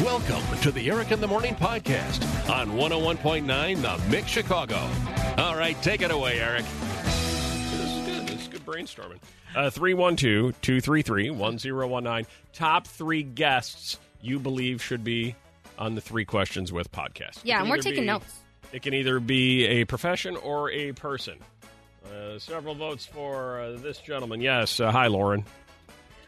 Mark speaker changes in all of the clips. Speaker 1: Welcome to the Eric in the Morning podcast on 101.9 The Mix Chicago. All right, take it away, Eric. This is good. This is good brainstorming. Uh, 312 233 1019. Top three guests you believe should be on the Three Questions with podcast. It
Speaker 2: Yeah,
Speaker 1: can
Speaker 2: and we're
Speaker 1: either
Speaker 2: taking
Speaker 1: be-
Speaker 2: notes.
Speaker 1: It can either be a profession or a person. Uh, several votes for uh, this gentleman. Yes. Uh, hi, Lauren.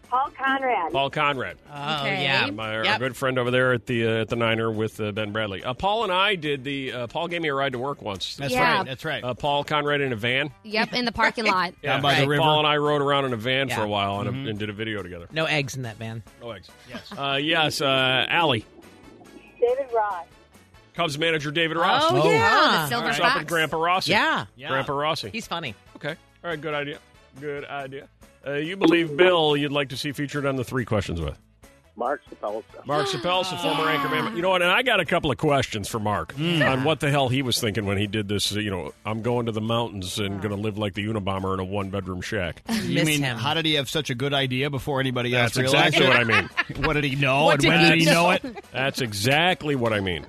Speaker 3: Paul Conrad.
Speaker 1: Paul Conrad.
Speaker 4: Oh
Speaker 2: Okay.
Speaker 4: yeah,
Speaker 1: My our
Speaker 4: Yep.
Speaker 1: good friend over there at the uh, at the Niner with uh, Ben Bradley. Uh, Paul and I did the. Uh, Paul gave me a ride to work once.
Speaker 4: That's
Speaker 2: Yeah.
Speaker 4: right. That's right.
Speaker 1: Uh, Paul Conrad in a van.
Speaker 2: Yep, in the parking lot.
Speaker 4: Down by the
Speaker 1: Paul
Speaker 4: river.
Speaker 1: and I rode around in a van for
Speaker 4: Yeah.
Speaker 1: a while and, and did a video together.
Speaker 4: no eggs in that van.
Speaker 1: No eggs. Yes. Uh, yes. Uh, Allie,
Speaker 3: David Ross.
Speaker 1: Cubs manager David Ross.
Speaker 4: Oh,
Speaker 2: Oh,
Speaker 4: yeah.
Speaker 2: the silver
Speaker 1: What's
Speaker 2: fox.
Speaker 1: up with Grandpa Rossi?
Speaker 4: Yeah.
Speaker 1: Grandpa Rossi.
Speaker 4: He's funny.
Speaker 1: okay. All right. Good idea. Good idea. Uh, you believe Bill? You'd like to see featured on the three questions with
Speaker 5: Mark Sapelsa.
Speaker 1: Mark Sapelsa, former anchor man. You know what? And I got a couple of questions for Mark on what the hell he was thinking when he did this. You know, I'm going to the mountains and going to live like the Unabomber in a one bedroom shack.
Speaker 6: You
Speaker 4: Miss
Speaker 6: mean
Speaker 4: him.
Speaker 6: how did he have such a good idea before anybody
Speaker 1: That's
Speaker 6: else realized
Speaker 1: exactly what
Speaker 6: it?
Speaker 1: I mean.
Speaker 6: What did he know
Speaker 4: What
Speaker 6: and
Speaker 4: did
Speaker 6: when
Speaker 4: he
Speaker 6: did he know it?
Speaker 1: That's exactly what I mean.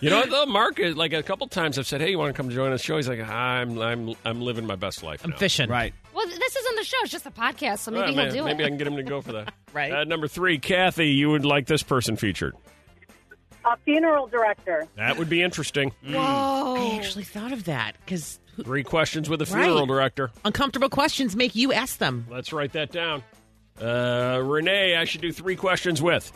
Speaker 1: You know, though, Mark, is- like a couple times I've said, "Hey, you want to come join the show?" He's like, "I'm, I'm, I'm living my best life."
Speaker 4: I'm
Speaker 1: now."
Speaker 4: fishing.
Speaker 6: Right.
Speaker 2: Well, th- this isn't the show; it's just a podcast, so
Speaker 1: Well,
Speaker 2: maybe he'll
Speaker 1: may-
Speaker 2: do
Speaker 1: maybe I
Speaker 2: it.
Speaker 1: can get him to go for that.
Speaker 4: Right.
Speaker 1: Uh, number three, Kathy, you would like this person featured.
Speaker 3: A funeral director.
Speaker 1: That would be interesting.
Speaker 4: I
Speaker 2: Whoa!
Speaker 4: actually thought of that because
Speaker 1: Three questions with a
Speaker 4: Right.
Speaker 1: funeral director.
Speaker 4: uncomfortable questions make you ask them.
Speaker 1: Let's write that down. Uh, Renee, I should do three questions with.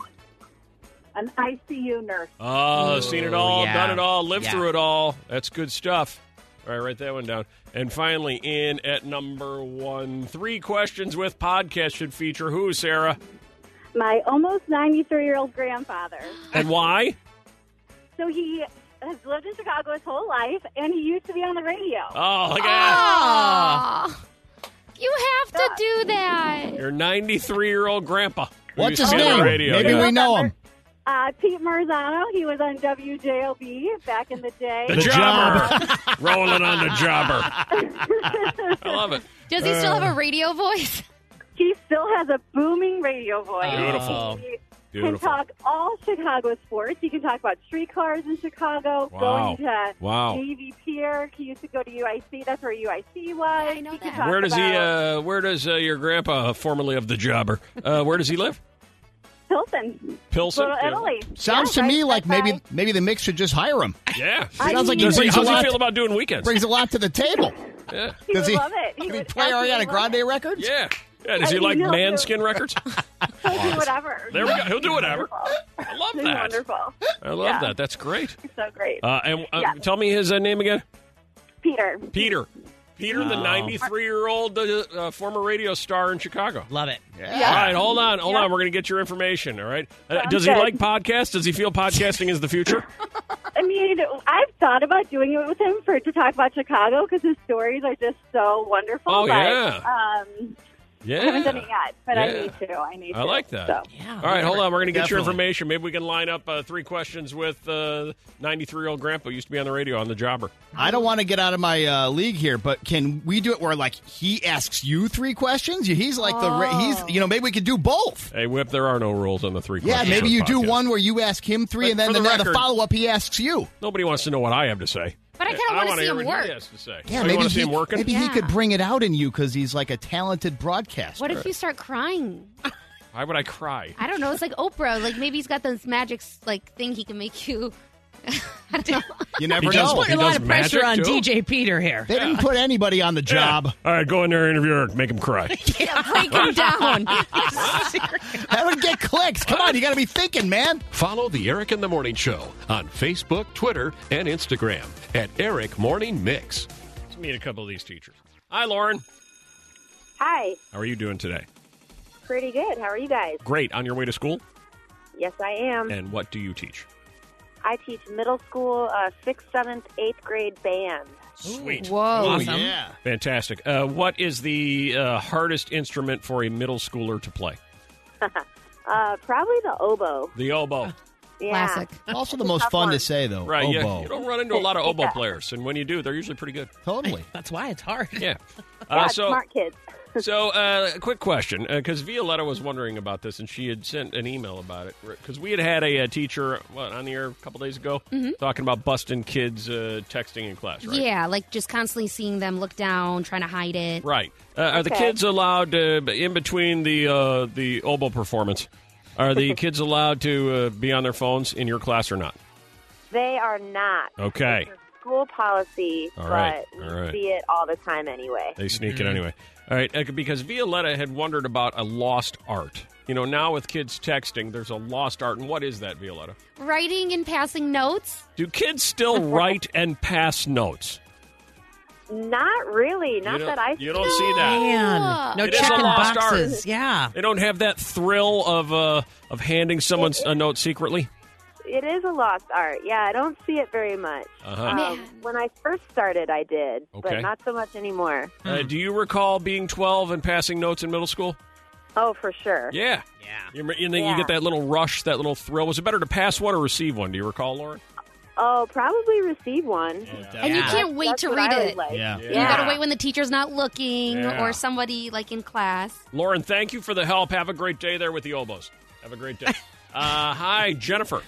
Speaker 3: An ICU nurse.
Speaker 1: Oh, seen it all,
Speaker 4: yeah.
Speaker 1: done it all, lived
Speaker 4: Yeah.
Speaker 1: through it all. That's good stuff. All right, write that one down. And finally, in at number one, three questions with podcast should feature who, Sarah?
Speaker 3: My almost 93 year old grandfather.
Speaker 1: And why?
Speaker 3: So he has lived in Chicago his whole life, and he used to be on the radio.
Speaker 1: Oh, look at that.
Speaker 2: Ah. Aw. you have to do that.
Speaker 1: Your 93 year old grandpa. who
Speaker 6: What's
Speaker 1: used
Speaker 6: his
Speaker 1: to be on the
Speaker 6: name?
Speaker 1: radio,
Speaker 6: Maybe
Speaker 1: yeah.
Speaker 6: we know him.
Speaker 3: Uh, Pete Marzano, he was on WJOB back in the day.
Speaker 1: The, jobber. Rolling on the jobber. I love it.
Speaker 2: Does he still have a radio voice?
Speaker 3: he still has a booming radio voice.
Speaker 1: Beautiful.
Speaker 4: Oh.
Speaker 3: He can
Speaker 1: Beautiful.
Speaker 3: talk all Chicago sports. He can talk about streetcars in Chicago,
Speaker 1: Wow.
Speaker 3: going to
Speaker 1: Wow.
Speaker 3: Navy Pier. He used to go to UIC. That's where UIC was.
Speaker 2: I know
Speaker 3: He can
Speaker 2: that.
Speaker 3: talk
Speaker 1: Where does he?
Speaker 3: about
Speaker 1: Uh, where does uh, your grandpa, formerly of the jobber, uh, where does he live?
Speaker 3: Pilsen.
Speaker 1: Pilsen,
Speaker 3: Little Italy.
Speaker 6: Sounds
Speaker 3: Yeah,
Speaker 6: to me
Speaker 3: right
Speaker 6: like
Speaker 3: outside.
Speaker 6: maybe maybe the mix should just hire him.
Speaker 1: Yeah.
Speaker 6: Sounds like he
Speaker 1: Does he,
Speaker 6: brings a
Speaker 1: how's he
Speaker 6: lot.
Speaker 1: feel about doing weekends?
Speaker 6: brings a lot to the table.
Speaker 1: Yeah.
Speaker 3: He
Speaker 6: Does
Speaker 3: would
Speaker 6: he,
Speaker 3: love it. He
Speaker 6: Does he
Speaker 3: would
Speaker 6: play
Speaker 3: absolutely
Speaker 6: Ariana
Speaker 3: love
Speaker 6: Grande records?
Speaker 1: Yeah. Yeah, does he
Speaker 3: I
Speaker 1: like
Speaker 3: know.
Speaker 1: Manskin records?
Speaker 3: it. He'll do whatever.
Speaker 1: There we go. He'll do whatever.
Speaker 3: Wonderful.
Speaker 1: I love
Speaker 3: He's
Speaker 1: that.
Speaker 3: wonderful.
Speaker 1: I love
Speaker 3: Yeah.
Speaker 1: that. That's great.
Speaker 3: He's so great.
Speaker 1: Uh, and uh,
Speaker 3: Yeah.
Speaker 1: tell me his uh, name again.
Speaker 3: Peter.
Speaker 1: Peter. Peter, the 93 year old uh, uh, former radio star in Chicago.
Speaker 4: Love it.
Speaker 1: All
Speaker 6: Yeah.
Speaker 1: right, hold on, hold
Speaker 3: Yeah.
Speaker 1: on. We're going to get your information. All right. Uh,
Speaker 3: Sounds
Speaker 1: does he
Speaker 3: good.
Speaker 1: like podcasts? Does he feel podcasting is the future?
Speaker 3: I mean, I've thought about doing it with him for to talk about Chicago because his stories are just so wonderful.
Speaker 1: Oh,
Speaker 3: but,
Speaker 1: yeah.
Speaker 3: Um,
Speaker 1: Yeah.
Speaker 3: I haven't done it yet, but I
Speaker 1: Yeah.
Speaker 3: need to. I need to.
Speaker 1: I like that.
Speaker 3: So.
Speaker 4: Yeah.
Speaker 1: All right, hold on. We're going to get your
Speaker 6: Definitely.
Speaker 1: information. Maybe we can line up uh, three questions with 93 year old grandpa who used to be on the radio on the jobber.
Speaker 6: I don't want to get out of my uh, league here, but can we do it where like he asks you three questions? He's like the ra- he's you know maybe we could do both.
Speaker 1: Hey, Whip, there are no rules on the three
Speaker 6: Yeah,
Speaker 1: questions.
Speaker 6: maybe
Speaker 1: with
Speaker 6: you do
Speaker 1: podcasts.
Speaker 6: one where you ask him three,
Speaker 1: But
Speaker 6: and then
Speaker 1: for
Speaker 6: the,
Speaker 1: the
Speaker 6: the,
Speaker 1: record- Oh,
Speaker 6: follow up he asks you.
Speaker 1: Nobody wants to know what I have to say.
Speaker 2: But I kinda wanna
Speaker 1: wanna
Speaker 2: see
Speaker 1: hear
Speaker 2: him
Speaker 1: what
Speaker 2: work.
Speaker 1: He has to say.
Speaker 6: Yeah,
Speaker 1: Oh, you
Speaker 6: maybe
Speaker 1: wanna see
Speaker 6: he,
Speaker 1: him working.
Speaker 6: maybe he
Speaker 2: Yeah.
Speaker 6: could bring it out in you because he's like a talented broadcaster.
Speaker 2: What if you start crying?
Speaker 1: Why would I cry?
Speaker 2: I don't know. It's like Oprah. Like maybe he's got this magic like thing he can make you. I don't know.
Speaker 6: you never
Speaker 1: He does-
Speaker 6: know.
Speaker 1: he
Speaker 4: Putting a lot
Speaker 1: does
Speaker 4: of pressure on
Speaker 1: magic, too.
Speaker 4: DJ Peter here.
Speaker 6: They didn't put anybody on the job.
Speaker 1: All right, go in there, interview Eric, make him cry.
Speaker 2: Break him down.
Speaker 6: That would get clicks. Come on, you got to be thinking, man.
Speaker 1: Follow the Eric in the Morning Show on Facebook, Twitter, and Instagram at Eric Morning Mix. Let's meet a couple of these teachers. Hi, Lauren.
Speaker 3: Hi.
Speaker 1: How are you doing today?
Speaker 3: Pretty good. How are you guys?
Speaker 1: Great. On your way to school?
Speaker 3: Yes, I am.
Speaker 1: And what do you teach?
Speaker 3: I teach middle school, uh, sixth, seventh, eighth grade band.
Speaker 1: Sweet.
Speaker 2: Whoa.
Speaker 4: Awesome.
Speaker 6: Oh, yeah.
Speaker 1: Fantastic. Uh, what is the uh, hardest instrument for a middle schooler to play?
Speaker 3: Uh, probably the oboe.
Speaker 1: The oboe.
Speaker 3: Yeah.
Speaker 2: Classic.
Speaker 6: Also, the most fun to say though. Oh,
Speaker 1: Right. Yeah.
Speaker 6: oboe.
Speaker 1: You don't run into a lot of oboe players, and when you do, they're usually pretty good.
Speaker 6: Totally.
Speaker 4: That's why it's hard.
Speaker 1: Yeah.
Speaker 3: Yeah,
Speaker 1: Uh, so,
Speaker 3: smart kids.
Speaker 1: so uh, a quick question, because Violetta was wondering about this, and she had sent an email about it, because we had had a, uh teacher what, on the air a couple days ago talking about busting kids uh, texting in class, right?
Speaker 2: Yeah, like just constantly seeing them look down, trying to hide it.
Speaker 1: Right. Uh, are the
Speaker 3: Okay.
Speaker 1: kids allowed uh, in between the uh, the oboe performance? Are the kids allowed to uh, be on their phones in your class or not?
Speaker 3: They are not.
Speaker 1: Okay.
Speaker 3: It's a school policy,
Speaker 1: Oh. All right,
Speaker 3: but we
Speaker 1: all right.
Speaker 3: see it all the time anyway.
Speaker 1: They sneak it anyway. All right, uh, because Violetta had wondered about a lost art. You know, now with kids texting, there's a lost art, and what is that, Violetta?
Speaker 2: Writing and passing notes.
Speaker 1: Do kids still write and pass notes?
Speaker 3: Not really. Not
Speaker 1: you don't-
Speaker 3: that I
Speaker 1: You don't see that.
Speaker 4: Man, no
Speaker 1: It is a
Speaker 4: checking
Speaker 1: lost art.
Speaker 4: boxes. Yeah.
Speaker 1: They don't have that thrill of uh, of handing someone a note secretly.
Speaker 3: It is a lost art. Yeah, I don't see it very much.
Speaker 1: Uh-huh.
Speaker 3: Um,
Speaker 2: Man.
Speaker 3: when I first started, I did,
Speaker 1: Okay.
Speaker 3: but not so much anymore.
Speaker 1: Uh, do you recall being 12 and passing notes in middle school?
Speaker 3: Oh, for sure.
Speaker 1: Yeah.
Speaker 4: Yeah.
Speaker 1: You, you, think you
Speaker 3: Yeah.
Speaker 1: get that little rush, that little thrill. Was it better to pass one or receive one? Do you recall, Lauren?
Speaker 3: Oh, probably receive one.
Speaker 2: And you
Speaker 4: Yeah.
Speaker 2: can't wait
Speaker 3: That's
Speaker 2: to
Speaker 3: what
Speaker 2: read
Speaker 3: I always
Speaker 2: it.
Speaker 3: liked.
Speaker 6: Yeah.
Speaker 1: Yeah.
Speaker 2: You gotta wait when the teacher's not looking
Speaker 1: Yeah.
Speaker 2: or somebody like in class.
Speaker 1: Lauren, thank you for the help. Have a great day there with the oboes. Have a great day. uh, hi, Jennifer.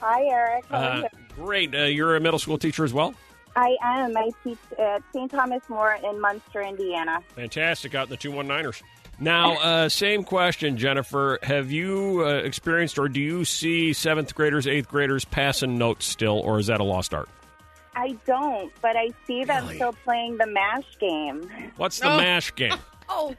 Speaker 5: Hi, Eric. How are
Speaker 1: Uh,
Speaker 5: you?
Speaker 1: great. Uh, you're a middle school teacher as well.
Speaker 5: I am. I teach at St. Thomas More in Munster, Indiana.
Speaker 1: Fantastic out in the 219ers. Now, uh, same question, Jennifer. Have you uh, experienced or do you see seventh graders, eighth graders passing notes still, or is that a lost art?
Speaker 5: I don't, but I see them
Speaker 1: Really?
Speaker 5: still playing the MASH game.
Speaker 1: What's the
Speaker 4: No.
Speaker 1: MASH game?
Speaker 2: Oh,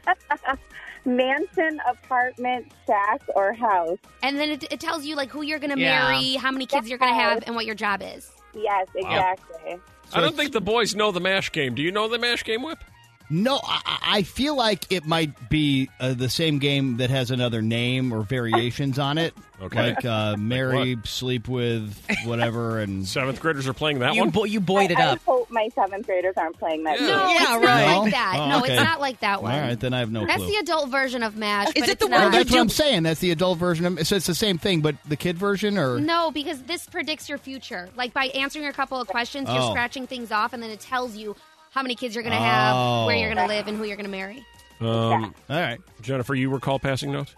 Speaker 5: Mansion, apartment, shack, or house.
Speaker 2: and then it, it tells you like who you're gonna
Speaker 4: Yeah.
Speaker 2: marry, how many kids you're gonna have, and what your job is.
Speaker 5: Yes, exactly.
Speaker 1: I don't think the boys know the MASH game. Do you know the MASH game, Whip?
Speaker 6: No, I, I I feel like it might be uh, the same game that has another name or variations on it.
Speaker 1: Okay.
Speaker 6: Like uh, marry, sleep with, whatever, and
Speaker 1: Seventh graders are playing that
Speaker 4: You,
Speaker 1: one.
Speaker 4: bo- you buoyed it
Speaker 5: I
Speaker 4: up.
Speaker 5: hope my seventh graders aren't playing that.
Speaker 1: Yeah.
Speaker 5: game.
Speaker 2: No,
Speaker 4: Yeah,
Speaker 2: it's not
Speaker 4: right.
Speaker 2: like that.
Speaker 6: Oh,
Speaker 2: no,
Speaker 6: okay.
Speaker 2: it's not like that
Speaker 6: all
Speaker 2: one.
Speaker 6: right, then I have no
Speaker 2: That's
Speaker 6: clue.
Speaker 2: the adult version of MASH. but
Speaker 4: it
Speaker 2: it's
Speaker 4: the
Speaker 2: not.
Speaker 4: one
Speaker 6: Well,
Speaker 4: that
Speaker 6: that's what I'm saying. That's the adult version. Of, so it's the same thing, but the kid version, or
Speaker 2: No, because this predicts your future. Like by answering a couple of questions,
Speaker 6: Oh.
Speaker 2: you're scratching things off, and then it tells you how many kids you're going to have,
Speaker 6: Oh.
Speaker 2: where you're going to live, and who you're going to marry.
Speaker 1: Um,
Speaker 6: all right.
Speaker 4: Oh,
Speaker 1: Jennifer, you recall passing notes?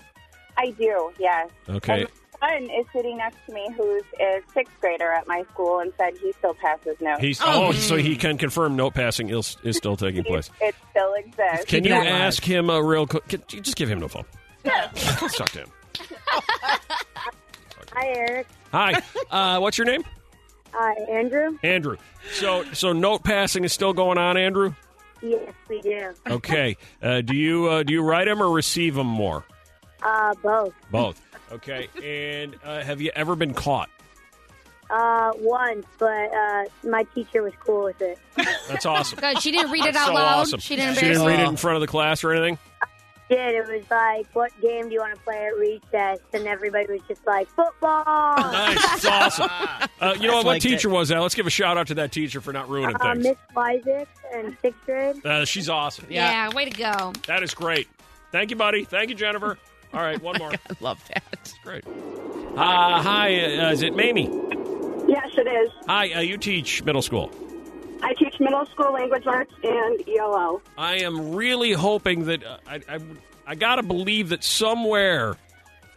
Speaker 5: I do, yes.
Speaker 1: Okay.
Speaker 5: And my son is sitting next to me who's a sixth grader at my school and said he still passes notes.
Speaker 1: He's oh,
Speaker 4: Oh.
Speaker 1: so he can confirm note passing is, is still taking place.
Speaker 5: It still exists.
Speaker 1: Can you
Speaker 4: Keep it alive.
Speaker 1: ask him a real? qu- Can, you just give him no phone. Suck to him.
Speaker 5: Hi, Eric.
Speaker 1: Hi, uh, what's your name?
Speaker 5: Hi, Andrew.
Speaker 1: Andrew. So so note passing is still going on, Andrew.
Speaker 5: Yes, we do.
Speaker 1: Okay. Uh, do you uh, do you write them or receive them more?
Speaker 5: Uh, both.
Speaker 1: Both. Okay. And uh, have you ever been caught?
Speaker 5: Uh, once, but uh, my teacher was cool with it.
Speaker 1: That's awesome.
Speaker 2: Good. She didn't read it
Speaker 1: That's
Speaker 2: out
Speaker 1: so
Speaker 2: loud.
Speaker 1: awesome.
Speaker 2: She didn't
Speaker 1: She
Speaker 2: embarrass
Speaker 1: didn't
Speaker 2: you.
Speaker 1: read it in front of the class or anything.
Speaker 5: Did it was like, what game do you want to play at recess? And everybody was just like, football.
Speaker 1: Nice. That's awesome. Uh, you know what? What
Speaker 4: like
Speaker 1: teacher was that? Let's give a shout out to that teacher for not ruining
Speaker 5: Uh,
Speaker 1: things.
Speaker 5: Miss Isaac and sixth grade.
Speaker 1: Uh, she's awesome.
Speaker 2: Yeah. way to go.
Speaker 1: That is great. Thank you, buddy. Thank you, Jennifer. All right, one more.
Speaker 4: I love that.
Speaker 1: Great. Uh, hi, uh, is it Mamie?
Speaker 7: Yes, it is.
Speaker 1: Hi, uh, you teach middle school.
Speaker 7: I teach middle school language arts and E ELL.
Speaker 1: I am really hoping that uh, I, I, I gotta believe that somewhere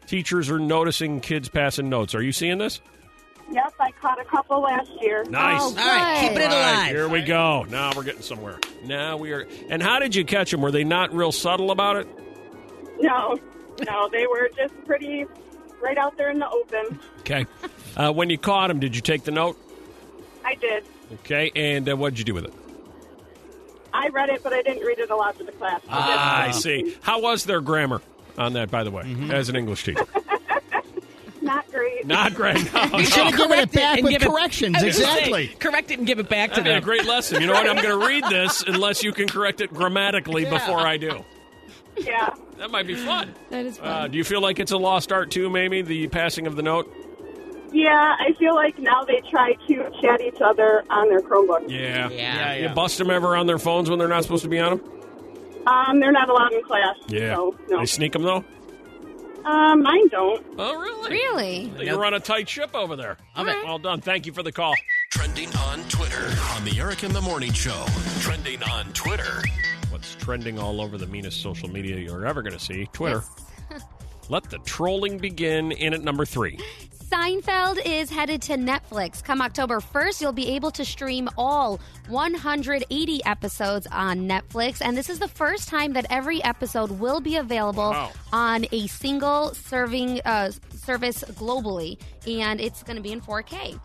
Speaker 1: teachers are noticing kids passing notes. Are you seeing this?
Speaker 7: Yep, I caught a couple last year.
Speaker 1: Nice.
Speaker 2: Oh,
Speaker 4: All right, keep it
Speaker 2: good.
Speaker 1: All right,
Speaker 4: alive.
Speaker 1: here we go. Now we're getting somewhere. Now we are. And how did you catch them? Were they not real subtle about it?
Speaker 7: No, no, they were just pretty right out there in the open.
Speaker 1: Okay. Uh, when you caught them, did you take the note?
Speaker 7: I did.
Speaker 1: Okay. And uh, what did you do with it?
Speaker 7: I read it, but I didn't read it aloud to the class.
Speaker 1: Ah,
Speaker 7: Uh,
Speaker 1: I see. How was their grammar on that, by the way, as an English teacher?
Speaker 7: Not great.
Speaker 1: Not great. No, no.
Speaker 6: You should have given it
Speaker 4: Correct it
Speaker 6: back
Speaker 4: and
Speaker 6: with
Speaker 4: give it-
Speaker 6: corrections.
Speaker 4: I was gonna say,
Speaker 6: exactly.
Speaker 4: correct it and give it back to
Speaker 1: That'd be a
Speaker 4: them.
Speaker 1: great lesson. You know what? I'm going to read this unless you can correct it grammatically before I do.
Speaker 7: Yeah.
Speaker 1: That might be fun.
Speaker 2: That is fun.
Speaker 1: Uh, do you feel like it's a lost art too, Mamie? The passing of the note.
Speaker 7: Yeah, I feel like now they try to chat each other on their Chromebooks.
Speaker 1: Yeah.
Speaker 4: Yeah.
Speaker 1: You bust them ever on their phones when they're not supposed to be on them?
Speaker 7: Um, they're not allowed in class. So, no.
Speaker 1: They sneak them though.
Speaker 7: Uh, mine don't.
Speaker 1: Oh, really?
Speaker 2: Really?
Speaker 1: You run a tight ship over there.
Speaker 4: Love it.
Speaker 1: Well done. Thank you for the call.
Speaker 8: Trending on Twitter on the Eric in the Morning Show. Trending on Twitter.
Speaker 1: What's trending all over the meanest social media you're ever going to see? Twitter. Let the trolling begin in at number three.
Speaker 2: Seinfeld is headed to Netflix. Come October 1st, you'll be able to stream all 180 episodes on Netflix. And this is the first time that every episode will be available
Speaker 1: Wow.
Speaker 2: on a single serving uh, service globally. And it's going to be in 4K.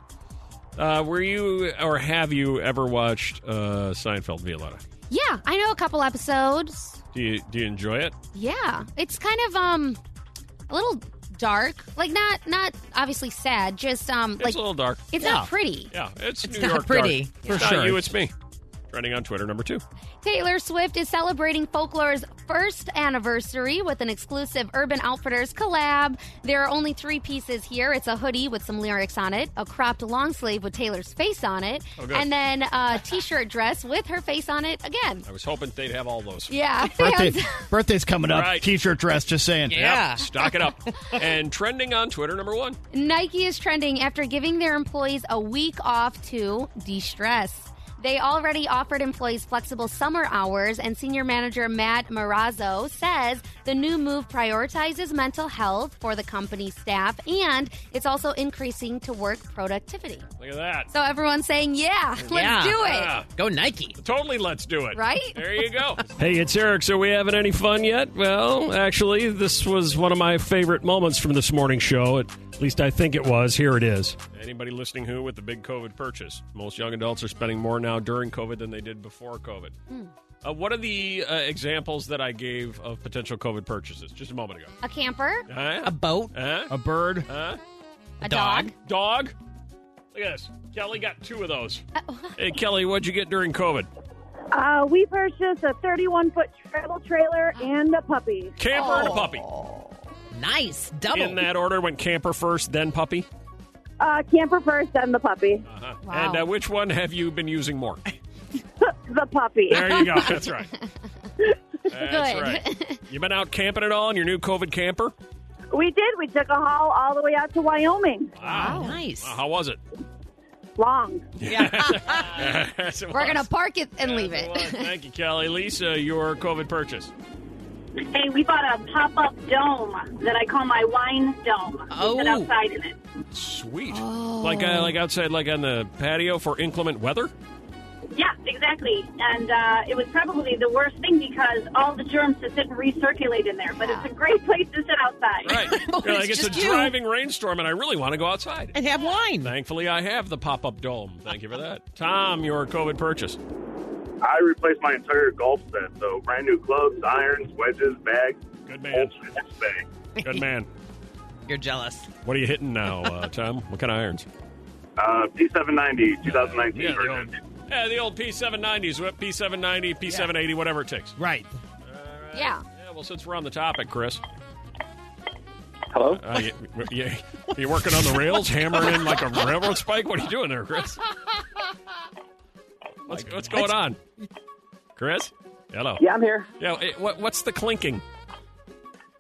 Speaker 1: Uh, were you or have you ever watched uh, Seinfeld, Violetta?
Speaker 2: Yeah, I know a couple episodes.
Speaker 1: Do you do you enjoy it?
Speaker 2: Yeah, it's kind of um a little dark. Like not not obviously sad, just um
Speaker 1: It's
Speaker 2: like
Speaker 1: a little dark.
Speaker 2: it's
Speaker 4: Yeah.
Speaker 2: not pretty.
Speaker 1: Yeah, it's,
Speaker 4: It's
Speaker 1: New
Speaker 4: not
Speaker 1: York
Speaker 4: pretty,
Speaker 1: dark.
Speaker 4: for
Speaker 1: It's not
Speaker 4: sure.
Speaker 1: you, it's me. Trending on Twitter, number two.
Speaker 2: Taylor Swift is celebrating folklore's first anniversary with an exclusive Urban Outfitters collab. There are only three pieces here. It's a hoodie with some lyrics on it, a cropped long sleeve with Taylor's face on it,
Speaker 1: Oh, good.
Speaker 2: and then a t-shirt dress with her face on it again.
Speaker 1: I was hoping they'd have all those.
Speaker 2: Yeah.
Speaker 6: Birthday,
Speaker 2: fans-
Speaker 6: birthday's coming up.
Speaker 1: Right.
Speaker 6: T-shirt dress, just saying.
Speaker 4: Yeah.
Speaker 1: Yep, stock it up. and trending on Twitter, number one.
Speaker 2: Nike is trending after giving their employees a week off to de stress. They already offered employees flexible summer hours, and senior manager Matt Morazzo says the new move prioritizes mental health for the company's staff and it's also increasing to work productivity.
Speaker 1: Look at that. Ah.
Speaker 2: So everyone's saying, yeah,
Speaker 4: Yeah.
Speaker 2: let's do it.
Speaker 1: Yeah.
Speaker 4: Go Nike.
Speaker 1: Totally, let's do it.
Speaker 2: Right?
Speaker 1: There you go. hey, it's Eric. So, we having any fun yet? Well, actually, this was one of my favorite moments from this morning show. At least I think it was. Here it is. Anybody listening who with the big COVID purchase? Most young adults are spending more now during COVID than they did before COVID. Uh, what are the uh, examples that I gave of potential COVID purchases just a moment ago?
Speaker 2: A camper,
Speaker 1: Huh?
Speaker 4: A boat.
Speaker 1: Huh?
Speaker 6: A bird.
Speaker 1: Huh?
Speaker 2: a
Speaker 4: dog.
Speaker 2: dog.
Speaker 1: Dog? Look at this. Kelly got two of those. hey, Kelly, what'd you get during COVID?
Speaker 3: Uh, we purchased a 31 foot travel trailer and a puppy.
Speaker 1: Camper and a puppy.
Speaker 4: Nice. Double.
Speaker 1: In that order, went camper first, then puppy.
Speaker 3: Uh, camper first, then the puppy.
Speaker 1: Uh-huh.
Speaker 2: Wow.
Speaker 1: And uh, which one have you been using more?
Speaker 3: The puppy.
Speaker 1: There you go. That's right. That's
Speaker 2: Good.
Speaker 1: right. You been out camping at all in your new COVID camper?
Speaker 3: We did. We took a haul all the way out to Wyoming.
Speaker 4: Wow. Nice.
Speaker 1: Uh, how was it?
Speaker 3: Long.
Speaker 1: Yes, it
Speaker 2: We're going to
Speaker 1: was.
Speaker 2: park it and
Speaker 1: Yes,
Speaker 2: leave it.
Speaker 1: was. Thank you, Kelly. Lisa, your COVID purchase.
Speaker 7: Hey, we bought a pop up dome that I call my wine dome.
Speaker 4: Oh.
Speaker 7: We sit outside in it.
Speaker 1: Sweet. Like uh, like outside, like on the patio for inclement weather.
Speaker 7: Yeah, exactly. And uh, it was probably the worst thing because all the germs just didn't recirculate in there. But it's a great place to sit outside.
Speaker 1: Right. You're like
Speaker 4: it's
Speaker 1: it's a
Speaker 4: just you."
Speaker 1: driving rainstorm, and I really want to go outside.
Speaker 4: and have wine.
Speaker 1: Thankfully, I have the pop up dome. Thank you for that. Tom, your COVID purchase.
Speaker 9: I replaced my entire golf set, so brand new clubs, irons, wedges, bags,
Speaker 1: Good
Speaker 9: whole
Speaker 1: man.
Speaker 9: bag.
Speaker 1: Good man.
Speaker 4: You're jealous.
Speaker 1: What are you hitting now, uh, Tom? What kind of irons?
Speaker 9: Uh, P790, 2019
Speaker 1: Yeah, the old,
Speaker 9: version.
Speaker 1: yeah, the old P790s. What P790, P780, whatever it takes.
Speaker 6: Right.
Speaker 2: Yeah.
Speaker 1: Yeah, well, since we're on the topic, Chris,
Speaker 10: Hello?
Speaker 1: uh, you, you, you working on the rails, hammering in like a railroad spike? What are you doing there, Chris? What's, what's going on, Chris? Hello.
Speaker 10: Yeah, I'm here.
Speaker 1: Yeah. eh, What, what's the clinking?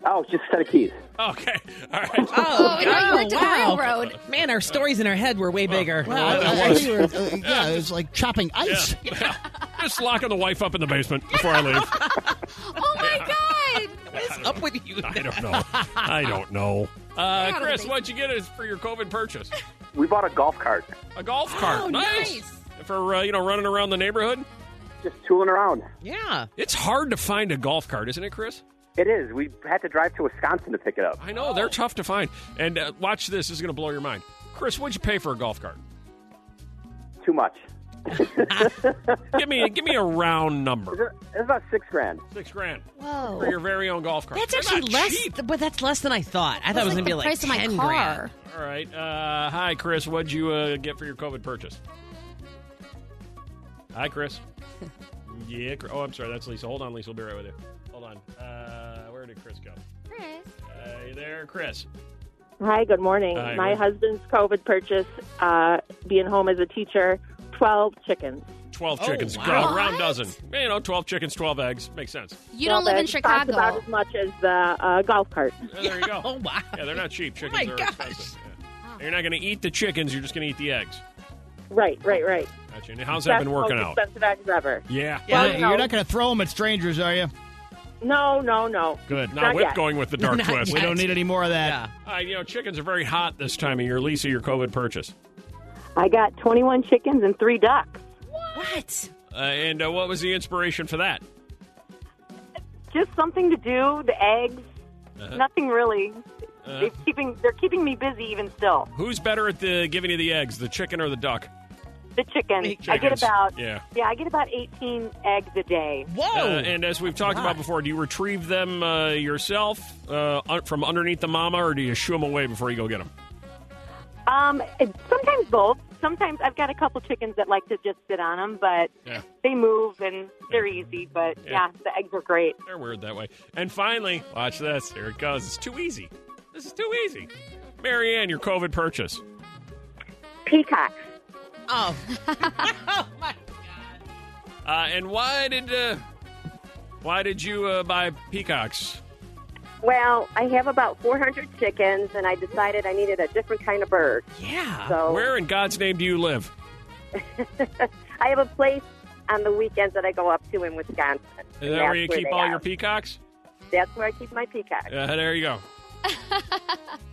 Speaker 10: Oh, it's just a set of keys.
Speaker 1: Okay. All right.
Speaker 2: Oh, we know you went to
Speaker 4: wow.
Speaker 2: the railroad.
Speaker 4: Man, our stories in our head were way bigger.
Speaker 6: Well,
Speaker 1: that
Speaker 6: Uh, I- I
Speaker 1: was-
Speaker 6: think we were- uh, Oh, yeah, it was like chopping ice.
Speaker 1: Just locking the wife up in the basement before I leave.
Speaker 2: Oh, my God.
Speaker 4: what is up with you?
Speaker 1: I don't know. I don't know. Uh,
Speaker 2: don't
Speaker 1: Chris,
Speaker 2: think-
Speaker 1: what'd you get as for your COVID purchase?
Speaker 10: We bought a golf cart.
Speaker 1: A golf cart.
Speaker 4: Oh, nice.
Speaker 1: For uh, you know, running around the neighborhood.
Speaker 10: Just tooling around.
Speaker 4: Yeah.
Speaker 1: It's hard to find a golf cart, isn't it, Chris?
Speaker 10: It is. We had to drive to Wisconsin to pick it up.
Speaker 1: I know
Speaker 4: Oh.
Speaker 1: they're tough to find. And uh, watch this; this is going to blow your mind. Chris, what'd you pay for a golf cart?
Speaker 10: Too much.
Speaker 1: Give me, give me a round
Speaker 10: It
Speaker 1: number.
Speaker 10: was about six grand.
Speaker 1: Six grand
Speaker 2: Whoa.
Speaker 1: for your very own golf cart.
Speaker 4: That's
Speaker 1: They're
Speaker 4: actually
Speaker 1: not
Speaker 4: less,
Speaker 1: cheap.
Speaker 4: but that's less than I thought. I thought it was
Speaker 2: It's
Speaker 4: gonna be
Speaker 2: the
Speaker 4: like
Speaker 2: price of my
Speaker 4: 10
Speaker 2: car.
Speaker 4: grand.
Speaker 1: All right. Uh, hi, Chris. What'd you uh, get for your COVID purchase? Hi, Chris. yeah. Chris. Oh, I'm sorry. That's Lisa. Hold on, Lisa. We'll be right with you. Hold on. Uh, where did Chris go?
Speaker 2: Chris.
Speaker 1: Uh, you there, Chris.
Speaker 7: Hi, good morning.
Speaker 1: Hi,
Speaker 7: My
Speaker 1: good-
Speaker 7: husband's COVID purchase, uh, being home as a teacher, 12 chickens.
Speaker 1: 12
Speaker 4: Oh,
Speaker 1: chickens.
Speaker 4: wow.
Speaker 1: A round
Speaker 2: What?
Speaker 1: dozen. You know, 12 chickens, 12 eggs. Makes sense.
Speaker 2: You don't live in
Speaker 3: Costs about
Speaker 2: Chicago.
Speaker 3: as much as the uh, golf cart.
Speaker 1: Yeah, there you go.
Speaker 4: Oh wow.
Speaker 1: Yeah, they're not cheap. Chickens
Speaker 4: my
Speaker 1: are
Speaker 4: gosh.
Speaker 1: expensive. Yeah. You're not going to eat the chickens. You're just going to eat the eggs.
Speaker 3: Right, right, right.
Speaker 1: Gotcha. And how's that
Speaker 3: That's
Speaker 1: been
Speaker 3: the
Speaker 1: working
Speaker 3: most
Speaker 1: out?
Speaker 3: Expensive eggs ever.
Speaker 1: Yeah.
Speaker 4: Yeah.
Speaker 6: Hey, You're not going to throw them at strangers, are you?
Speaker 3: No, no, no.
Speaker 6: Good.
Speaker 1: Now,
Speaker 3: Not
Speaker 1: whip
Speaker 3: yet.
Speaker 1: going with the dark
Speaker 4: Not
Speaker 1: twist.
Speaker 6: We don't need any more of that.
Speaker 4: Yeah.
Speaker 1: Uh, you know, chickens are very hot this time of year. Lisa, your COVID purchase.
Speaker 3: I got 21 chickens and three ducks.
Speaker 4: What?
Speaker 1: Uh, and uh, what was the inspiration for that?
Speaker 3: Just something to do. The eggs.
Speaker 1: Uh-huh.
Speaker 3: Nothing really. They're keeping. They're keeping me busy even still.
Speaker 1: Who's better at the giving you the eggs, the chicken or the duck?
Speaker 3: The chicken.
Speaker 4: Eight
Speaker 3: I get
Speaker 1: chickens.
Speaker 3: about.
Speaker 1: Yeah.
Speaker 3: I get about 18 eggs a day.
Speaker 4: Whoa.
Speaker 1: Uh, and as we've talked about before, do you retrieve them uh, yourself uh, un- from underneath the mama, or do you shoo them away before you go get them?
Speaker 3: Um, it- sometimes both. Sometimes I've got a couple chickens that like to just sit on them, but
Speaker 1: Yeah.
Speaker 3: they move and they're easy. But
Speaker 1: Yeah.
Speaker 3: yeah, the eggs are great.
Speaker 1: They're weird that way. And finally, watch this. Here it goes. It's too easy. This is too easy. Marianne, your COVID purchase.
Speaker 5: Peacocks.
Speaker 4: oh. oh my god.
Speaker 1: Uh, and why did uh, why did you uh, buy peacocks?
Speaker 5: Well, I have about 400 chickens, and I decided I needed a different kind of bird.
Speaker 4: Yeah.
Speaker 5: So
Speaker 1: Uh, Where in God's name do you live?
Speaker 5: I have a place on the weekends that I go up to in Wisconsin.
Speaker 1: Is
Speaker 5: and
Speaker 1: that where you
Speaker 5: that's
Speaker 1: keep
Speaker 5: they
Speaker 1: all
Speaker 5: are.
Speaker 1: your peacocks?
Speaker 5: That's where I keep my peacocks.
Speaker 1: Uh, there you go.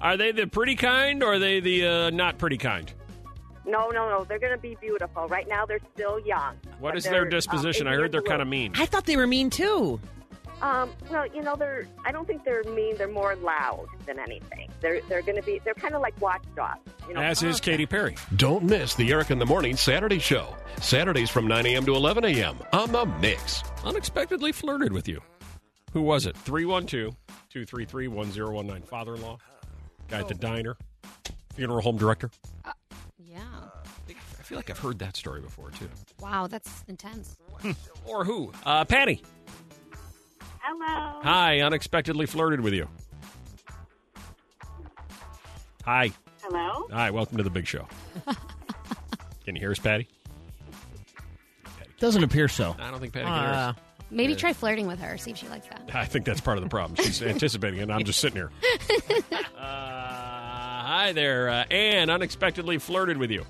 Speaker 1: are they the pretty kind or are they the uh, not pretty kind?
Speaker 5: No, no, no. They're going to be beautiful. Right now, they're still young.
Speaker 1: What
Speaker 5: But
Speaker 1: is their
Speaker 5: they're, um,
Speaker 1: disposition? I heard they're kind of mean.
Speaker 4: I thought they were mean too.
Speaker 5: Um, well, you know, they're. I don't think they're mean. They're more loud than anything. They're. They're going to be. They're kind of like watchdogs. You know.
Speaker 1: As is Katy Perry.
Speaker 8: Don't miss the Eric in the Morning Saturday Show. Saturdays from 9 a.m. to 11 a.m. on The Mix.
Speaker 1: Unexpectedly flirted with you. Who was it? 312 233 1019. Father in law, guy
Speaker 5: Oh.
Speaker 1: at the diner, funeral home director.
Speaker 2: Yeah.
Speaker 1: I feel like I've heard that story before, too.
Speaker 2: Wow, that's intense.
Speaker 1: Or who? Uh, Patty.
Speaker 7: Hello.
Speaker 1: Hi, unexpectedly flirted with you. Hi.
Speaker 7: Hello.
Speaker 1: Hi, welcome to the big show. Can you hear us, Patty?
Speaker 6: Doesn't appear so.
Speaker 1: I don't think Patty can hear
Speaker 4: Uh,
Speaker 1: us.
Speaker 2: Maybe try flirting with her, see if she likes that.
Speaker 1: I think that's part of the problem. She's anticipating it, and I'm just sitting here. Uh, hi there, uh, Anne. Unexpectedly flirted with you.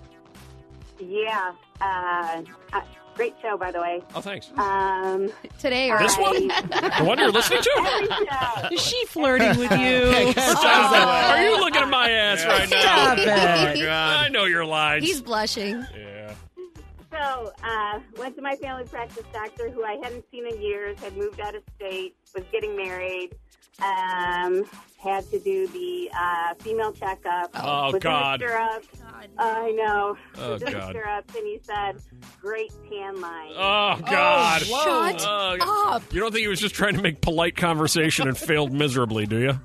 Speaker 7: Yeah. Uh, uh, great show, by the way.
Speaker 1: Oh, thanks.
Speaker 7: Um,
Speaker 2: Today or
Speaker 1: This one? The one you're listening to?
Speaker 7: yeah.
Speaker 4: Uh, is she flirting with you?
Speaker 1: Stop it. Are you looking at my ass right now?
Speaker 4: Stop it.
Speaker 1: I know you're lying.
Speaker 2: He's blushing.
Speaker 1: Yeah.
Speaker 7: So, uh, went to my family practice doctor who I hadn't seen in years, had moved out of state, was getting married, um, had to do the uh, female checkup.
Speaker 1: Oh,
Speaker 7: was in the
Speaker 1: God.
Speaker 7: stirrups. I know.
Speaker 1: Oh,
Speaker 7: was in the
Speaker 1: God.
Speaker 7: stirrups, and he said, great tan line.
Speaker 1: Oh God!
Speaker 2: Shut
Speaker 1: Oh,
Speaker 2: up.
Speaker 1: You don't think he was just trying to make polite conversation and failed miserably, do you?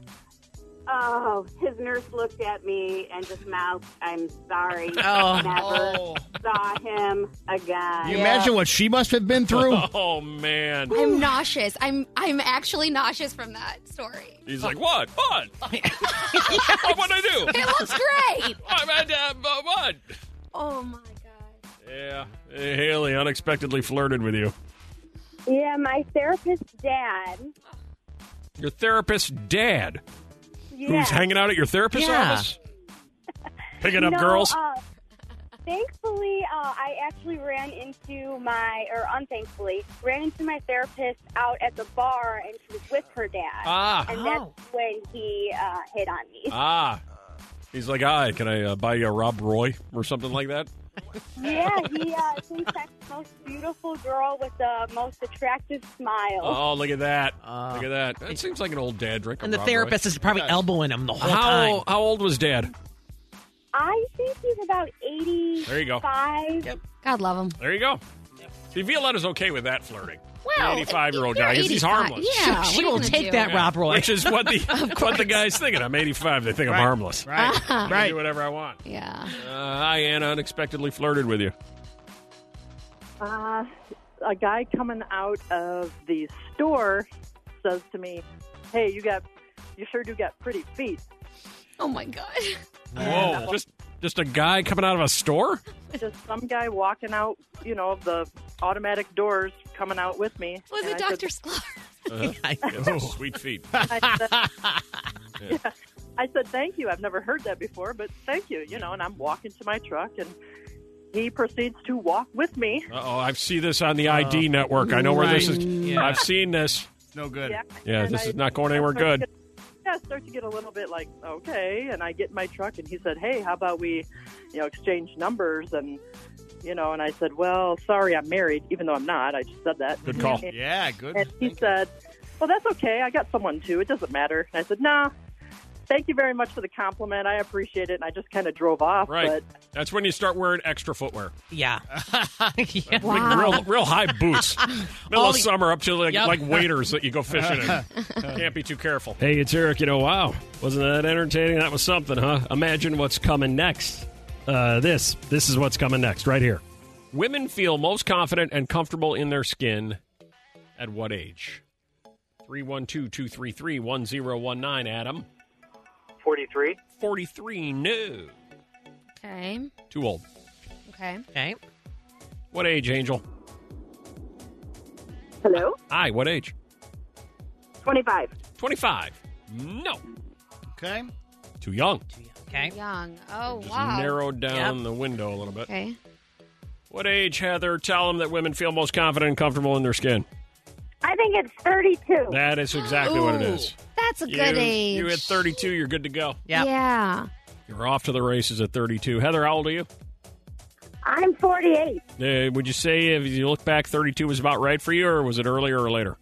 Speaker 7: Oh, his nurse looked at me and just mouthed, I'm sorry.
Speaker 4: Oh.
Speaker 7: Never saw him again.
Speaker 6: You imagine what she must have been through.
Speaker 1: Oh man!
Speaker 2: I'm nauseous. I'm I'm actually nauseous from that story.
Speaker 1: He's like, what? What? what? What I do?
Speaker 2: It looks great.
Speaker 1: I'm at, uh, but what?
Speaker 2: Oh my god.
Speaker 1: Yeah, Hey, Haley unexpectedly flirted with you.
Speaker 5: yeah, my therapist's dad.
Speaker 1: Your therapist's dad,
Speaker 5: Yeah.
Speaker 1: who's hanging out at your therapist's
Speaker 4: Yeah.
Speaker 1: office, picking up
Speaker 5: No,
Speaker 1: girls.
Speaker 5: Uh, thankfully, uh, I actually ran into my, or unthankfully, ran into my therapist out at the bar, and she was with her dad.
Speaker 4: uh,
Speaker 1: ah,
Speaker 5: and
Speaker 2: Oh.
Speaker 5: that's when he uh, hit on me.
Speaker 1: ah. He's like, hi, can I uh, buy you a Rob Roy or something like that?
Speaker 5: yeah, he uh, thinks I'm the most beautiful girl with the most attractive smile.
Speaker 1: Oh, look at that!
Speaker 4: Uh,
Speaker 1: look at that! That seems like an old dad drink.
Speaker 4: and
Speaker 1: a
Speaker 4: the
Speaker 1: Rob Roy.
Speaker 4: therapist is probably
Speaker 1: Yes.
Speaker 4: elbowing him the whole
Speaker 1: How
Speaker 4: time.
Speaker 1: how old was Dad?
Speaker 5: I think he's about 85.
Speaker 1: There you go.
Speaker 2: God love him.
Speaker 1: There you go. See, Violetta's okay with that flirting.
Speaker 2: Well,
Speaker 1: eighty-five year old
Speaker 2: you're
Speaker 1: guy. He's, he's
Speaker 2: 85.
Speaker 1: harmless.
Speaker 2: Yeah,
Speaker 4: she
Speaker 2: what are you
Speaker 4: will
Speaker 2: gonna
Speaker 4: take
Speaker 2: do?
Speaker 4: that, Rob Roy.
Speaker 1: Which is what the what the guy's thinking. I'm 85. They think I'm harmless.
Speaker 6: Right.
Speaker 1: I can do whatever I want.
Speaker 2: Yeah.
Speaker 1: Uh, hi, Anna. Unexpectedly flirted with you.
Speaker 3: Uh, a guy coming out of the store says to me, "Hey, you got, you sure do got pretty feet."
Speaker 2: Oh my god.
Speaker 1: Whoa! Just Just a guy coming out of a store?
Speaker 11: Just some guy walking out, you know, of the automatic doors coming out with me.
Speaker 2: Was
Speaker 11: And
Speaker 2: it
Speaker 11: I said-
Speaker 2: Dr. Sklar?
Speaker 1: Uh-huh. Yeah, some Sweet feet.
Speaker 11: I said, Yeah. uh, I said, thank you. I've never heard that before, but thank you, you know, and I'm walking to my truck and he proceeds to walk with me.
Speaker 1: Oh, I see this on the ID network. I know where this is.
Speaker 11: right.
Speaker 1: I've seen this.
Speaker 6: No good.
Speaker 11: Yeah,
Speaker 1: Yeah,
Speaker 11: And
Speaker 1: this
Speaker 11: I-
Speaker 1: is not going anywhere
Speaker 11: I start
Speaker 1: good.
Speaker 11: to get- yeah, I start to get a little bit like, okay. And I get in my truck and he said, hey, how about we, you know, exchange numbers? And, you know, and I said, well, sorry, I'm married, even though I'm not. I just said that.
Speaker 1: Good call.
Speaker 11: And-
Speaker 6: Yeah, good.
Speaker 11: And he said, well, that's okay. I got someone too. It doesn't matter. And I said, nah, thank you very much for the compliment. I appreciate it. And I just kind of drove off.
Speaker 1: Right.
Speaker 11: But
Speaker 1: That's when you start wearing extra footwear.
Speaker 4: Yeah.
Speaker 1: Like real, real high boots. Middle
Speaker 4: All
Speaker 1: of
Speaker 4: the-
Speaker 1: summer up to like,
Speaker 4: Yep.
Speaker 1: like waders that you go fishing in. Can't be too careful.
Speaker 12: Hey, it's Eric. You know, wow, wasn't that entertaining? That was something, huh? Imagine what's coming next. Uh, this, this is what's coming next, right here.
Speaker 1: Women feel most confident and comfortable in their skin at what age? 312 233 1019, Adam.
Speaker 13: 43.
Speaker 1: 43, no.
Speaker 2: Okay.
Speaker 1: Too old.
Speaker 2: Okay.
Speaker 4: Okay.
Speaker 1: What age, Angel?
Speaker 13: Hello?
Speaker 1: Hi, what age?
Speaker 13: 25.
Speaker 1: 25. No.
Speaker 6: Okay.
Speaker 1: Too young.
Speaker 4: Okay.
Speaker 2: Young. Oh,
Speaker 1: Just
Speaker 2: wow.
Speaker 1: narrowed down the window a little bit.
Speaker 2: Okay.
Speaker 1: What age, Heather? Tell them that women feel most confident and comfortable in their skin.
Speaker 5: I think it's 32.
Speaker 1: That is exactly what it is.
Speaker 2: That's a
Speaker 1: You-
Speaker 2: good age.
Speaker 1: You at 32, you're good to go.
Speaker 2: Yeah.
Speaker 1: You're off to the races at 32. Heather, how old are you?
Speaker 5: I'm 48.
Speaker 1: Uh, would you say if you look back, 32 was about right for you, or was it earlier or later?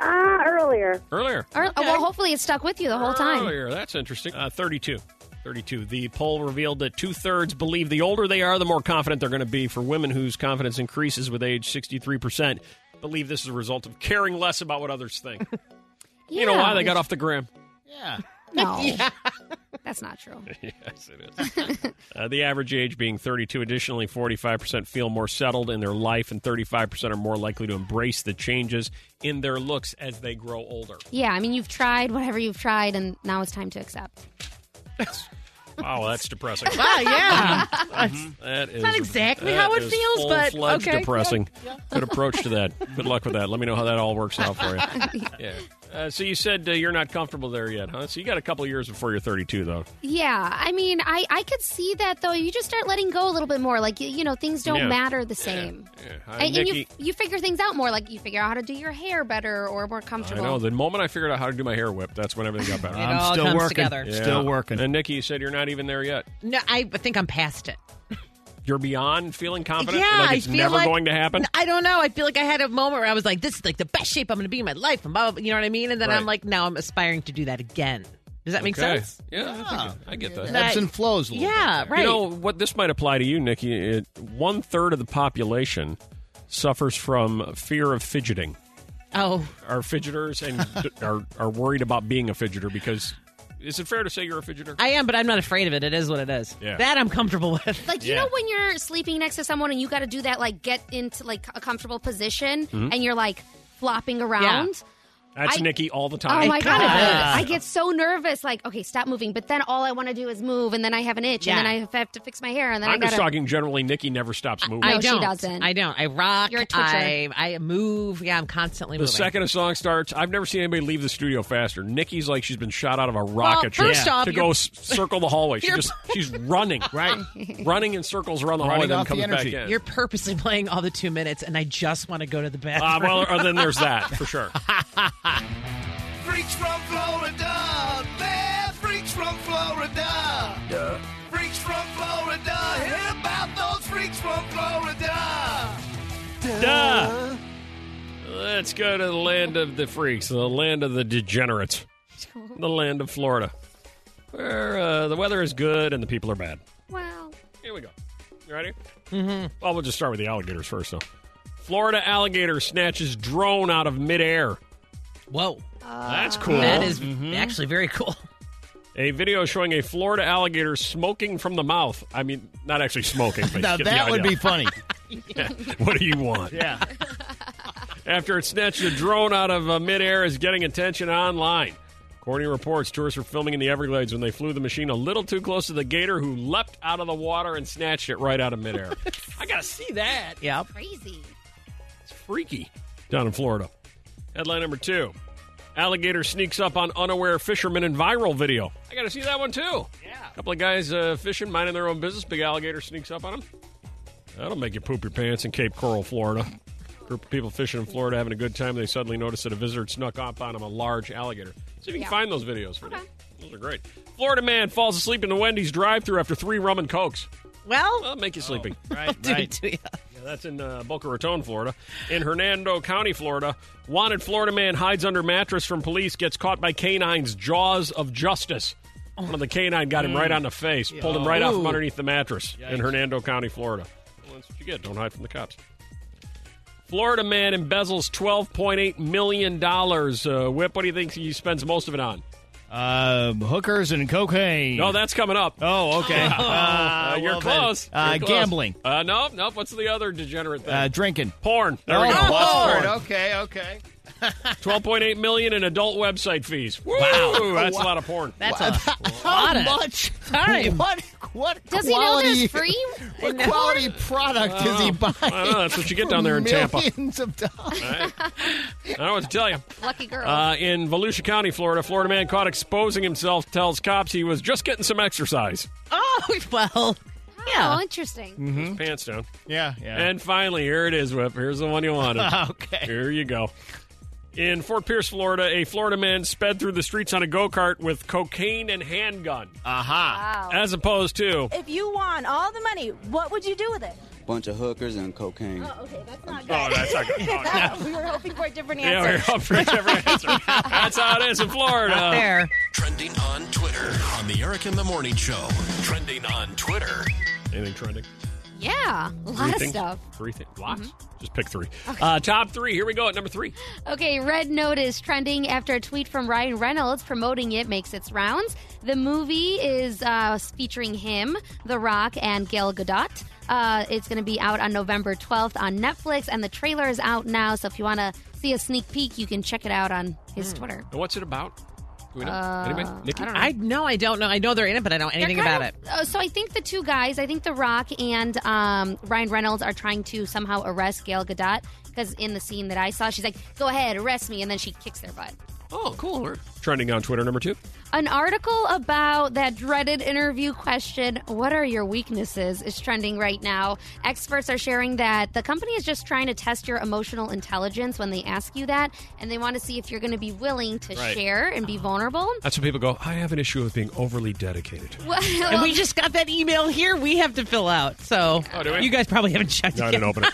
Speaker 5: Ah, earlier.
Speaker 1: Earlier.
Speaker 2: Or, uh, Well, hopefully it stuck with you the whole time.
Speaker 1: Earlier. That's interesting. Uh, 32. 32. The poll revealed that two thirds believe the older they are, the more confident they're going to be. For women whose confidence increases with age, 63% believe this is a result of caring less about what others think. You know
Speaker 2: Yeah.
Speaker 1: why they got off the gram?
Speaker 6: Yeah.
Speaker 2: No. That's not true.
Speaker 1: yes, it is. uh, the average age being 32. Additionally, 45% feel more settled in their life, and 35% are more likely to embrace the changes in their looks as they grow older.
Speaker 2: Yeah, I mean, you've tried whatever you've tried, and now it's time to accept.
Speaker 1: Wow, that's depressing.
Speaker 4: Wow, Ah, yeah.
Speaker 1: Mhm. That is
Speaker 4: not exactly how
Speaker 1: that
Speaker 4: it
Speaker 1: is
Speaker 4: feels, but
Speaker 1: full-fledged
Speaker 4: okay.
Speaker 1: depressing.
Speaker 4: Yeah, yeah.
Speaker 1: Good approach to that. Good luck with that. Let me know how that all works out for you. Yeah. Uh, so you said uh, you're not comfortable there yet, huh? So you got a couple of years before you're 32, though.
Speaker 2: Yeah, I mean, I, I could see that, though. You just start letting go a little bit more. Like, you, you know, things don't
Speaker 1: Yeah.
Speaker 2: matter the
Speaker 1: Yeah.
Speaker 2: same.
Speaker 1: Yeah. Hi,
Speaker 2: And, and you,
Speaker 1: Uh, Nikki.
Speaker 2: you figure things out more. Like, you figure out how to do your hair better or more
Speaker 1: I
Speaker 2: comfortable.
Speaker 1: know. The moment I figured out how to do my hair whip, that's when everything got better.
Speaker 4: It I'm all still comes working. together. Still
Speaker 1: working. And Nikki, you said you're not even there yet.
Speaker 4: No, I think I'm past it.
Speaker 1: You're beyond feeling confident.
Speaker 4: yeah,
Speaker 1: like it's
Speaker 4: I feel
Speaker 1: never
Speaker 4: like,
Speaker 1: going to happen.
Speaker 4: I don't know. I feel like I had a moment where I was like, "This is like the best shape I'm going to be in my life," and blah, blah, blah, you know what I mean. And then
Speaker 1: Right.
Speaker 4: I'm like, now I'm aspiring to do that again. Does that make
Speaker 1: Okay.
Speaker 4: sense?
Speaker 1: Yeah,
Speaker 2: Oh,
Speaker 1: I, think it- I get that.
Speaker 4: That- Ebbs and
Speaker 6: flows.
Speaker 4: a little Yeah, bit there.
Speaker 1: You
Speaker 4: right.
Speaker 1: know what? This might apply to you, Nikki. It, one third of the population suffers from fear of fidgeting.
Speaker 4: Oh,
Speaker 1: Are fidgeters and d- are are worried about being a fidgeter because is it fair to say you're a fidgeter?
Speaker 4: I am, but I'm not afraid of it. It is what it is.
Speaker 1: Yeah.
Speaker 4: That I'm comfortable with.
Speaker 2: Like you know when you're sleeping next to someone and you got to do that like get into like a comfortable position
Speaker 1: Mhm.
Speaker 2: and you're like flopping around.
Speaker 1: That's
Speaker 2: I-
Speaker 1: Nikki all the time.
Speaker 2: Oh my god! I get so nervous. Like, okay, stop moving. But then all I want to do is move, and then I have an itch, and
Speaker 1: Yeah.
Speaker 2: then I have- have to fix my hair, and then
Speaker 1: I'm
Speaker 2: I gotta.
Speaker 1: just talking generally. Nikki never stops moving.
Speaker 2: I
Speaker 4: I
Speaker 2: No, she
Speaker 4: don't.
Speaker 2: doesn't.
Speaker 4: I don't. I rock.
Speaker 2: You're a twitcher.
Speaker 4: I I move. Yeah, I'm constantly
Speaker 1: The
Speaker 4: moving.
Speaker 1: second a song starts, I've never seen anybody leave the studio faster. Nikki's like she's been shot out of a
Speaker 4: Well,
Speaker 1: rocket
Speaker 4: first
Speaker 1: ship
Speaker 4: off,
Speaker 1: to
Speaker 4: you're-
Speaker 1: go s- circle the hallway. She
Speaker 4: You're-
Speaker 1: just she's running right, running in circles around the hallway,
Speaker 6: Running
Speaker 1: then
Speaker 6: off the
Speaker 1: comes back
Speaker 6: energy.
Speaker 1: in.
Speaker 4: You're purposely playing all the two minutes, and I just want to go to the bathroom.
Speaker 1: Uh, well, or then there's that for sure.
Speaker 14: Freaks from Florida. They're freaks from Florida. Freaks from Florida. Hear about those freaks from Florida.
Speaker 1: Duh. Let's go to the land of the freaks, the land of the degenerates, the land of Florida, where uh, the weather is good and the people are bad.
Speaker 2: Wow.
Speaker 1: Here we go. You ready? Mm-hmm. Well, we'll just start with the alligators first, though. Florida alligator snatches drone out of midair.
Speaker 4: Whoa.
Speaker 1: That's
Speaker 6: Ah,
Speaker 1: cool.
Speaker 4: That is
Speaker 1: Mm-hmm.
Speaker 4: actually very cool.
Speaker 1: A video showing a Florida alligator smoking from the mouth. I mean, not actually smoking, but
Speaker 6: Now
Speaker 1: you get the
Speaker 6: that would
Speaker 1: idea.
Speaker 6: be funny.
Speaker 1: Yeah. What do you want?
Speaker 6: Yeah.
Speaker 1: After it snatched a drone out of uh, midair is getting attention online. Of According to reports, tourists were filming in the Everglades when they flew the machine a little too close to the gator who leapt out of the water and snatched it right out of midair. I gotta see that.
Speaker 4: Yeah.
Speaker 2: Crazy.
Speaker 1: It's freaky. Down in Florida. Headline number two Alligator sneaks up on unaware fishermen in viral video. I gotta see that one too. Yeah. Couple of guys uh, fishing, minding their own business. Big alligator sneaks up on them. That'll make you poop your pants in Cape Coral, Florida. Group of people fishing in Florida having a good time. They suddenly notice that a visitor had snuck up on them a large alligator. See if you can
Speaker 2: Yeah.
Speaker 1: find those videos. For okay. Those are great. Florida man falls asleep in the Wendy's drive-thru after three rum and cokes.
Speaker 4: Well,
Speaker 1: That'll make you sleepy.
Speaker 4: right, do right. it to
Speaker 1: Yeah, that's in uh, Boca Raton, Florida. In Hernando County, Florida, wanted Florida man hides under mattress from police, gets caught by canines, jaws of justice. One of the canine got him right on the face, pulled him right out from
Speaker 12: Ooh.
Speaker 1: underneath the mattress in
Speaker 12: Yikes.
Speaker 1: Hernando County, Florida. Well, that's what you get. Don't hide from the cops. Florida man embezzles twelve point eight million dollars. Uh, Whip, what do you think he spends most of it on?
Speaker 6: Uh, hookers and cocaine.
Speaker 1: No, that's coming up.
Speaker 6: Oh, okay.
Speaker 1: Uh,
Speaker 6: Uh,
Speaker 1: you're,
Speaker 6: well, then,
Speaker 1: close.
Speaker 6: uh,
Speaker 1: You're close.
Speaker 6: gambling.
Speaker 1: Uh, nope, nope. What's the other degenerate thing?
Speaker 6: Uh, drinking.
Speaker 1: Porn. There we
Speaker 6: Oh,
Speaker 1: go. Lots of porn.
Speaker 6: Okay, okay.
Speaker 1: Twelve point eight million in adult website fees. Woo,
Speaker 6: Wow.
Speaker 1: that's a
Speaker 6: Wow.
Speaker 1: lot of porn.
Speaker 4: That's a lot
Speaker 6: How
Speaker 4: of
Speaker 6: much?
Speaker 4: time.
Speaker 6: What? What?
Speaker 2: Does
Speaker 6: quality,
Speaker 2: he know there's free?
Speaker 6: What quality product is he buying?
Speaker 1: I don't know. That's what you get down there in Tampa.
Speaker 6: Millions of dollars.
Speaker 1: I don't know what to tell you.
Speaker 2: Lucky girl.
Speaker 1: Uh, in Volusia County, Florida, Florida man caught exposing himself tells cops he was just getting some exercise.
Speaker 4: Oh, well.
Speaker 2: Oh,
Speaker 4: Yeah.
Speaker 2: interesting.
Speaker 1: His pants down.
Speaker 6: Yeah, yeah.
Speaker 1: And finally, here it is, Whip. Here's the one you wanted.
Speaker 6: Okay.
Speaker 1: Here you go. In Fort Pierce, Florida, a Florida man sped through the streets on a go kart with cocaine and handgun,
Speaker 6: Aha.
Speaker 15: Oh.
Speaker 1: as opposed to
Speaker 15: If you won all the money, what would you do with it?
Speaker 16: bunch of hookers and cocaine.
Speaker 15: okay, that's not
Speaker 1: good. Oh, that's not good. Oh,
Speaker 15: we were hoping for a different
Speaker 1: Yeah, we're up for every answer. That's how it is in Florida.
Speaker 8: Trending on Twitter on the Eric in the Morning Show. Trending on Twitter.
Speaker 1: Anything trending?
Speaker 2: Yeah, a lot
Speaker 1: Three
Speaker 2: of
Speaker 1: things?
Speaker 2: stuff.
Speaker 1: Three things. Lots? Just pick three. Uh, top three. Here we go at number three.
Speaker 2: Okay, Red Notice trending after a tweet from Ryan Reynolds promoting it makes its rounds. The movie is uh, featuring him, The Rock, and Gail Godot. Uh, it's going to be out on November 12th on Netflix, and the trailer is out now. So if you want to see a sneak peek, you can check it out on his
Speaker 4: Hmm.
Speaker 2: Twitter.
Speaker 1: And what's it about? Do we know?
Speaker 2: Uh,
Speaker 1: Anybody? Nikki?
Speaker 2: I don't know.
Speaker 4: I know I don't know. I know they're in it, but I don't know anything
Speaker 2: They're
Speaker 4: about it.
Speaker 2: kind of- uh, so I think the two guys, I think The Rock and um, Ryan Reynolds, are trying to somehow arrest Gail Godot because in the scene that I saw, she's like, "Go ahead, arrest me," and then she kicks their butt.
Speaker 1: Oh, cool. We're trending on Twitter number two.
Speaker 2: An article about that dreaded interview question, what are your weaknesses, is trending right now. Experts are sharing that the company is just trying to test your emotional intelligence when they ask you that, and they want to see if you're going to be willing to
Speaker 1: Right.
Speaker 2: share and be vulnerable.
Speaker 4: Uh,
Speaker 1: That's when people go, I have an issue with being overly dedicated.
Speaker 2: Well,
Speaker 4: And we just got that email here we have to fill out. So
Speaker 1: Oh, do we?
Speaker 4: you guys probably haven't checked
Speaker 1: No, I
Speaker 4: it.
Speaker 1: didn't open it.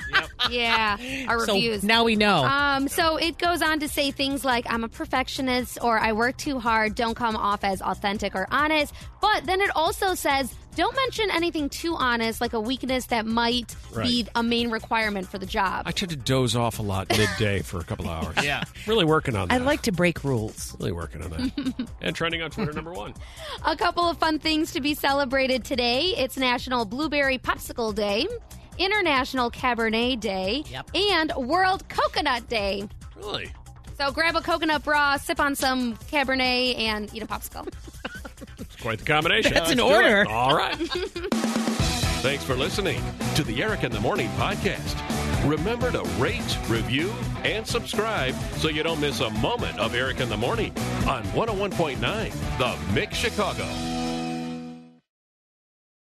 Speaker 2: yeah, our
Speaker 4: So
Speaker 2: reviews.
Speaker 4: now we know.
Speaker 2: Um, so it goes on to say things like, I'm a perfectionist or I work too hard, don't come off as authentic or honest. But then it also says, don't mention anything too honest, like a weakness that might
Speaker 1: Right.
Speaker 2: be a main requirement for the job.
Speaker 1: I tend to doze off a lot midday for a couple hours.
Speaker 6: Yeah.
Speaker 1: Really working on
Speaker 4: I
Speaker 1: that.
Speaker 4: like to break rules.
Speaker 1: Really working on that. and trending on Twitter number one.
Speaker 2: A couple of fun things to be celebrated today it's National Blueberry Popsicle Day. International Cabernet Day
Speaker 4: Yep.
Speaker 2: and World Coconut Day.
Speaker 1: Really?
Speaker 2: So grab a coconut bra, sip on some Cabernet, and eat a popsicle.
Speaker 1: It's quite the combination.
Speaker 4: That's an
Speaker 1: Let's do it.
Speaker 4: order.
Speaker 1: All right.
Speaker 8: Thanks for listening to the Eric in the Morning podcast. Remember to rate, review, and subscribe so oh you don't miss a moment of Eric in the Morning on 101.9 The Mix Chicago.